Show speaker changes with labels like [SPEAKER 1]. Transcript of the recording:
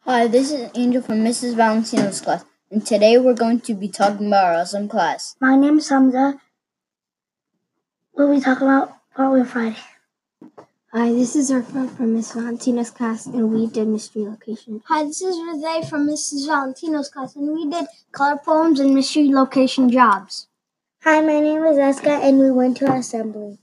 [SPEAKER 1] Hi, this is Angel from Mrs. Valentino's class, and today we're going to be talking about our awesome class.
[SPEAKER 2] My name is Hamza. We'll be talking about Halloween Friday.
[SPEAKER 3] Hi, this is Urfa from Miss Valentino's class, and we did mystery location.
[SPEAKER 4] Hi, this is Rosé from Mrs. Valentino's class, and we did color poems and mystery location jobs.
[SPEAKER 5] Hi, my name is Eska, and we went to assembly.